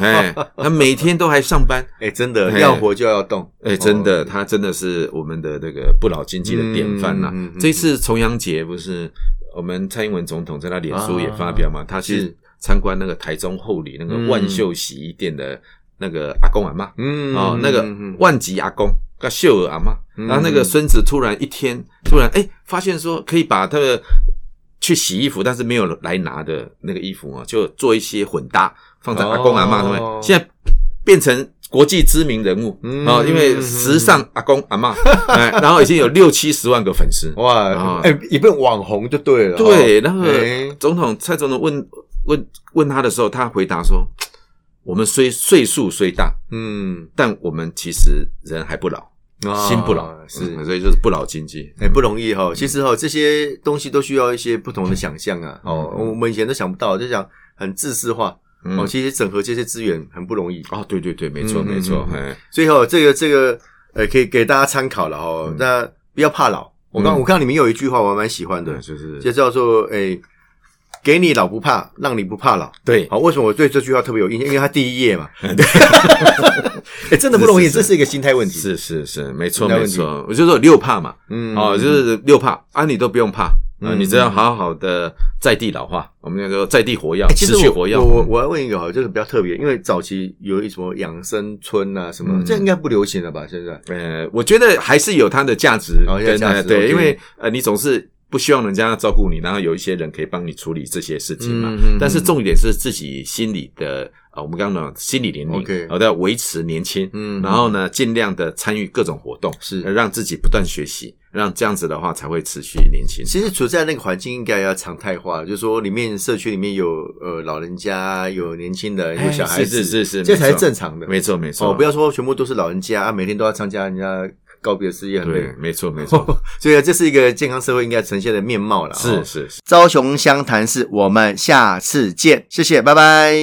Speaker 2: 哎，他每天都还上班，
Speaker 1: 哎，真的
Speaker 2: 哎
Speaker 1: 要活就要动，
Speaker 2: 哎、真
Speaker 1: 哦
Speaker 2: 的，他真的是我们的那个不老经济的典范呐、
Speaker 1: 嗯嗯嗯嗯
Speaker 2: 这次重阳节不是我们蔡英文总统在他脸书也发表嘛，他去
Speaker 1: 啊是
Speaker 2: 参观那个台中后里那
Speaker 1: 嗯
Speaker 2: 个万秀洗衣店的那个阿公阿妈、
Speaker 1: 嗯
Speaker 2: 哦，那个
Speaker 1: 嗯嗯
Speaker 2: 万吉阿公跟秀儿阿妈，
Speaker 1: 嗯
Speaker 2: 然后那个孙子突然一天突然哎、发现说可以把他的去洗衣服，但是没有来拿的那个衣服啊，就做一些混搭，放在阿公阿妈他
Speaker 1: 哦
Speaker 2: 们，现在变成国际知名人物
Speaker 1: 嗯
Speaker 2: 啊，因为时尚阿公阿妈，哎，然后已经有六七十万个粉丝，
Speaker 1: 哇，
Speaker 2: 啊
Speaker 1: 哎，一个网红就对了，
Speaker 2: 对，
Speaker 1: 哦
Speaker 2: 那
Speaker 1: 哎
Speaker 2: 个总统蔡总统问问问他的时候，他回答说：“我们虽岁数虽大，
Speaker 1: 嗯，
Speaker 2: 但我们其实人还不老，
Speaker 1: 啊
Speaker 2: 心不老，
Speaker 1: 是
Speaker 2: 嗯所以就是不老经济。
Speaker 1: 哎、不容易哈、其实哈、这些东西都需要一些不同的想象啊。哦，
Speaker 2: 嗯
Speaker 1: 我们以前都想不到，就想很自私化。
Speaker 2: 嗯
Speaker 1: 哦，其实整合这些资源很不容易。
Speaker 2: 哦，对对对，没错
Speaker 1: 嗯
Speaker 2: 没错
Speaker 1: 嗯，嗯
Speaker 2: 哎，
Speaker 1: 所以哈、这个这个呃，可以给大家参考了哈、那不要怕老。我刚、
Speaker 2: 嗯
Speaker 1: 我看里面有一句话我还蛮喜欢的
Speaker 2: 对，，就是
Speaker 1: 就叫做哎、给你老不怕，让你不怕老。
Speaker 2: 对，
Speaker 1: 好，为什么我对这句话特别有印象？因为它第一页 嘛。哎、真的不容易，
Speaker 2: 是是是
Speaker 1: 这是一个心态问题。，
Speaker 2: 是是是，没错
Speaker 1: 没
Speaker 2: 没
Speaker 1: 问题
Speaker 2: 错，我就说有六怕嘛，
Speaker 1: 嗯
Speaker 2: 哦，就是六怕啊，你都不用怕。啊，
Speaker 1: 嗯
Speaker 2: 你只要好好的在地老化，我们叫做在地活药，
Speaker 1: 欸其
Speaker 2: 持
Speaker 1: 实
Speaker 2: 续
Speaker 1: 我
Speaker 2: 活药。
Speaker 1: 我我我要问一个哈，这个比较特别，因为早期有一什么养生村啊什么，
Speaker 2: 嗯
Speaker 1: 这应该不流行了吧？现在
Speaker 2: 呃，我觉得还是有它的价值
Speaker 1: 哦有
Speaker 2: 跟
Speaker 1: 价值
Speaker 2: 呃对，
Speaker 1: OK
Speaker 2: 因为呃，你总是不希望人家照顾你，然后有一些人可以帮你处理这些事情嘛。
Speaker 1: 嗯嗯嗯
Speaker 2: 但是重点是自己心理的啊、呃我们刚刚讲心理年龄
Speaker 1: OK
Speaker 2: 好的维持年轻，
Speaker 1: 嗯
Speaker 2: 然后呢，尽量的参与各种活动，
Speaker 1: 是
Speaker 2: 呃让自己不断学习，让这样子的话才会持续年轻。
Speaker 1: 其实处在那个环境应该要常态化，就是说里面社区里面有呃老人家，有年轻人，有
Speaker 2: 哎
Speaker 1: 小孩子，
Speaker 2: 是是是是
Speaker 1: 这才
Speaker 2: 没
Speaker 1: 是
Speaker 2: 错
Speaker 1: 正常的。
Speaker 2: 没错，没错，
Speaker 1: 哦，不要说全部都是老人家，啊、每天都要参加人家告别式，也很累
Speaker 2: 对，。没错，没 错，
Speaker 1: 所以啊这是一个健康社会应该呈现的面貌了。
Speaker 2: 是
Speaker 1: 哦
Speaker 2: 是是。
Speaker 1: 朝雄湘潭市，我们下次见，谢谢，拜拜。